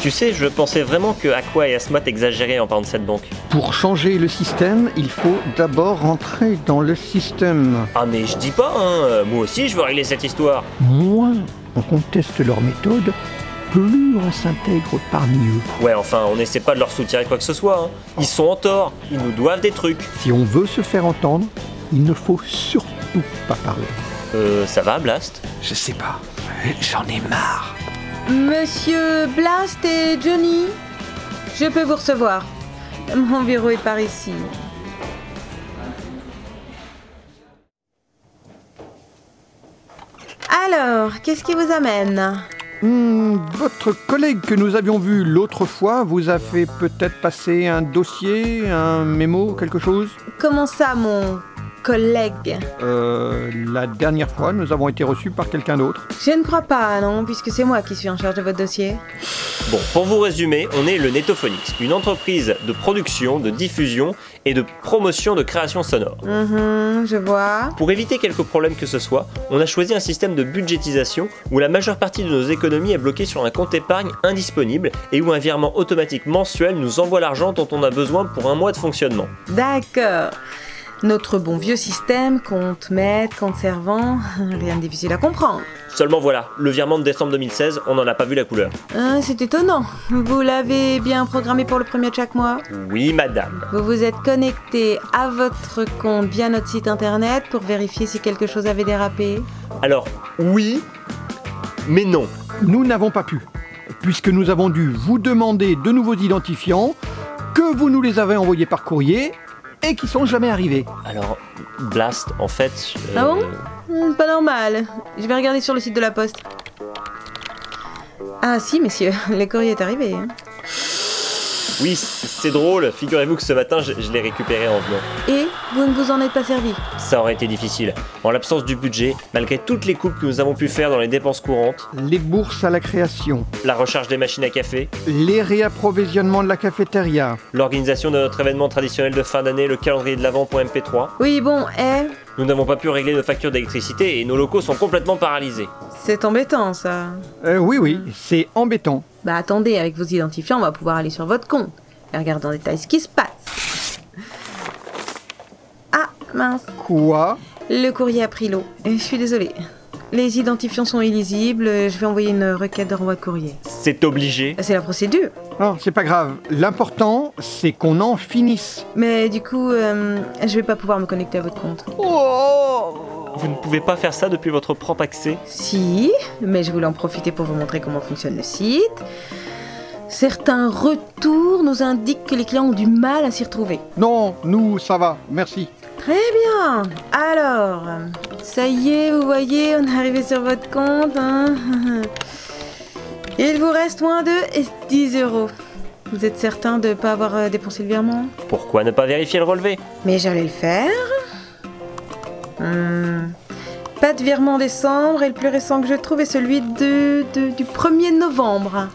Tu sais, je pensais vraiment que Aqua et Asmat exagéraient en parlant de cette banque. Pour changer le système, il faut d'abord rentrer dans le système. Ah mais je dis pas, hein, euh, moi aussi je veux régler cette histoire. Moins on conteste leur méthode, plus on s'intègre parmi eux. Ouais, enfin, on n'essaie pas de leur soutirer quoi que ce soit. hein. Ils sont en tort, ils nous doivent des trucs. Si on veut se faire entendre, il ne faut surtout pas parler. Euh, ça va, Blast Je sais pas, j'en ai marre. Monsieur Blast et Johnny, je peux vous recevoir. Mon bureau est par ici. Alors, qu'est-ce qui vous amène Hmm, votre collègue que nous avions vu l'autre fois vous a fait peut-être passer un dossier, un mémo, quelque chose Comment ça, mon collègue Euh, la dernière fois, nous avons été reçus par quelqu'un d'autre. Je ne crois pas, non, puisque c'est moi qui suis en charge de votre dossier. Bon, pour vous résumer, on est le Netophonix, une entreprise de production, de diffusion et de promotion de création sonore. Mhm, je vois. Pour éviter quelques problèmes que ce soit, on a choisi un système de budgétisation où la majeure partie de nos économies est bloquée sur un compte épargne indisponible et où un virement automatique mensuel nous envoie l'argent dont on a besoin pour un mois de fonctionnement. D'accord. Notre bon vieux système, compte maître, compte servant, rien de difficile à comprendre. Seulement voilà, le virement de décembre 2016, on n'en a pas vu la couleur. Hein, c'est étonnant. Vous l'avez bien programmé pour le premier de chaque mois Oui, madame. Vous vous êtes connecté à votre compte via notre site internet pour vérifier si quelque chose avait dérapé Alors, oui, mais non. Nous n'avons pas pu, puisque nous avons dû vous demander de nouveaux identifiants que vous nous les avez envoyés par courrier et qui sont jamais arrivés. Alors, Blast, en fait. euh, Ah bon Hum, Pas normal. Je vais regarder sur le site de la poste. Ah si, messieurs, le courrier est arrivé. hein. Oui, c- c'est drôle. Figurez-vous que ce matin, je, je l'ai récupéré en venant. Et vous ne vous en êtes pas servi. Ça aurait été difficile. En l'absence du budget, malgré toutes les coupes que nous avons pu faire dans les dépenses courantes, Les bourses à la création, la recharge des machines à café, les réapprovisionnements de la cafétéria, l'organisation de notre événement traditionnel de fin d'année, le calendrier de l'Avent pour MP3, Oui, bon, eh, nous n'avons pas pu régler nos factures d'électricité et nos locaux sont complètement paralysés. c'est embêtant ça. Euh, oui, oui, c'est embêtant. Bah attendez, avec vos identifiants, on va pouvoir aller sur votre compte et regarder en détail ce qui se passe. Ah, mince, Quoi le courrier a pris l'eau. Et Je suis désolée. Les identifiants sont illisibles, je vais envoyer une requête de renvoi de courrier. C'est obligé. C'est la procédure. Ah, c'est pas grave. L'important, c'est qu'on en finisse. Mais du coup, euh, je vais pas pouvoir me connecter à votre compte. Vous ne pouvez pas faire ça depuis votre propre accès. Si, mais je voulais en profiter pour vous montrer comment fonctionne le site. Certains retours nous indiquent que les clients ont du mal à s'y retrouver. Non, nous, ça va, merci. Très bien. Alors, ça y est, vous voyez, on est arrivé sur votre compte. hein. Il vous reste moins de 10 euros. Vous êtes certain de ne pas avoir euh, dépensé le virement Pourquoi ne pas vérifier le relevé Mais j'allais le faire. Hmm. Pas de virement en décembre et le plus récent que je trouve est celui de, de- du 1er novembre.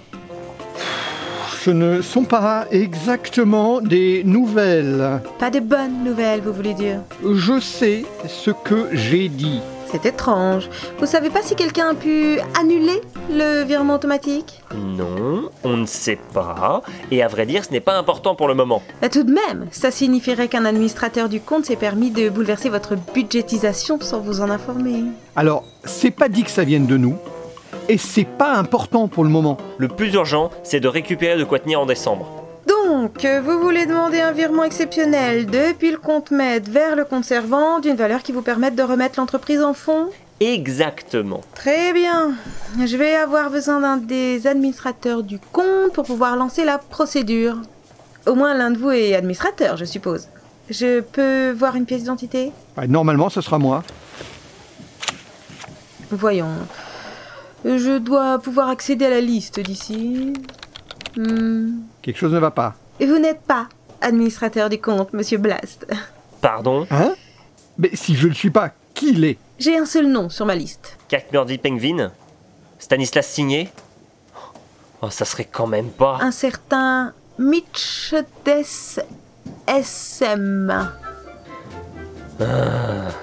Ce ne sont pas exactement des nouvelles. Pas de bonnes nouvelles, vous voulez dire Je sais ce que j'ai dit. C'est étrange. Vous savez pas si quelqu'un a pu annuler le virement automatique Non, on ne sait pas. Et à vrai dire, ce n'est pas important pour le moment. Bah, tout de même, ça signifierait qu'un administrateur du compte s'est permis de bouleverser votre budgétisation sans vous en informer. Alors, c'est pas dit que ça vienne de nous, et c'est pas important pour le moment. Le plus urgent, c'est de récupérer de quoi tenir en décembre. Donc, euh, vous voulez demander un virement exceptionnel depuis le compte maître vers le compte servant d'une valeur qui vous permette de remettre l'entreprise en fonds Exactement. Très bien. Je vais avoir besoin d'un des administrateurs du compte pour pouvoir lancer la procédure. Au moins l'un de vous est administrateur, je suppose. Je peux voir une pièce d'identité Ah, Normalement, ce sera moi. Voyons. Je dois pouvoir accéder à la liste d'ici. Hmm. Quelque chose ne va pas. Et Vous n'êtes pas administrateur du compte, monsieur Blast. Pardon Hein Mais si je ne suis pas, qui l'est J'ai un seul nom sur ma liste. Kak Murdy Penguin Stanislas Signé Oh, ça serait quand même pas. Un certain Mitch Dess SM.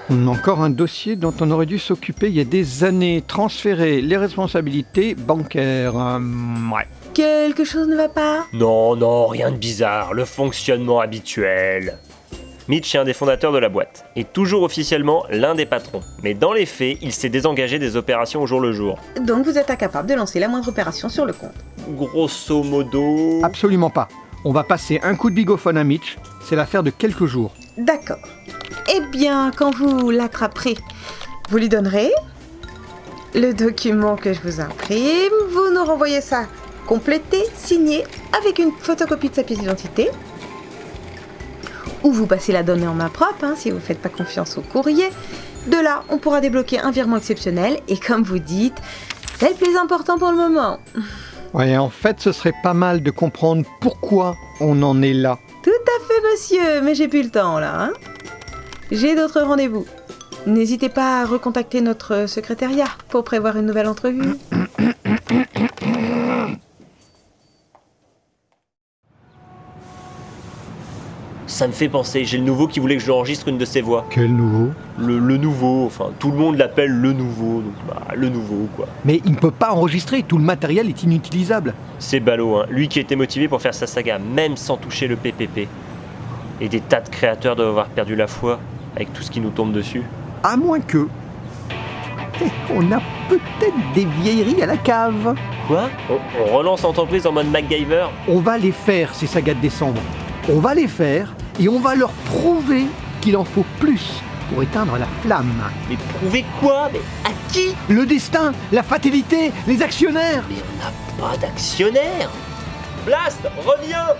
On a encore un dossier dont on aurait dû s'occuper il y a des années. Transférer les responsabilités bancaires. Euh, ouais. Quelque chose ne va pas Non, non, rien de bizarre, le fonctionnement habituel. Mitch est un des fondateurs de la boîte, et toujours officiellement l'un des patrons. Mais dans les faits, il s'est désengagé des opérations au jour le jour. Donc vous êtes incapable de lancer la moindre opération sur le compte. Grosso modo... Absolument pas. On va passer un coup de bigophone à Mitch. C'est l'affaire de quelques jours. D'accord. Eh bien, quand vous l'attraperez, vous lui donnerez le document que je vous imprime. Vous nous renvoyez ça complété, signé, avec une photocopie de sa pièce d'identité. Ou vous passez la donner en main propre, hein, si vous ne faites pas confiance au courrier. De là, on pourra débloquer un virement exceptionnel. Et comme vous dites, c'est le plus important pour le moment. Ouais, en fait, ce serait pas mal de comprendre pourquoi on en est là. Tout à fait, monsieur, mais j'ai plus le temps là. hein. j'ai d'autres rendez-vous. N'hésitez pas à recontacter notre secrétariat pour prévoir une nouvelle entrevue. Ça me fait penser, j'ai le nouveau qui voulait que je lui enregistre une de ses voix. Quel nouveau Le, le nouveau, enfin, tout le monde l'appelle le nouveau, donc bah, le nouveau, quoi. Mais il ne peut pas enregistrer, tout le matériel est inutilisable. C'est ballot, hein. Lui qui était motivé pour faire sa saga, même sans toucher le PPP. Et des tas de créateurs doivent avoir perdu la foi avec tout ce qui nous tombe dessus. À moins que. Eh, On a peut-être des vieilleries à la cave. Quoi on, on relance l'entreprise en mode MacGyver On va les faire, ces sagas de décembre. On va les faire et on va leur prouver qu'il en faut plus pour éteindre la flamme. Mais prouver quoi Mais à qui Le destin, la fatalité, les actionnaires Mais on n'a pas d'actionnaire Blast, reviens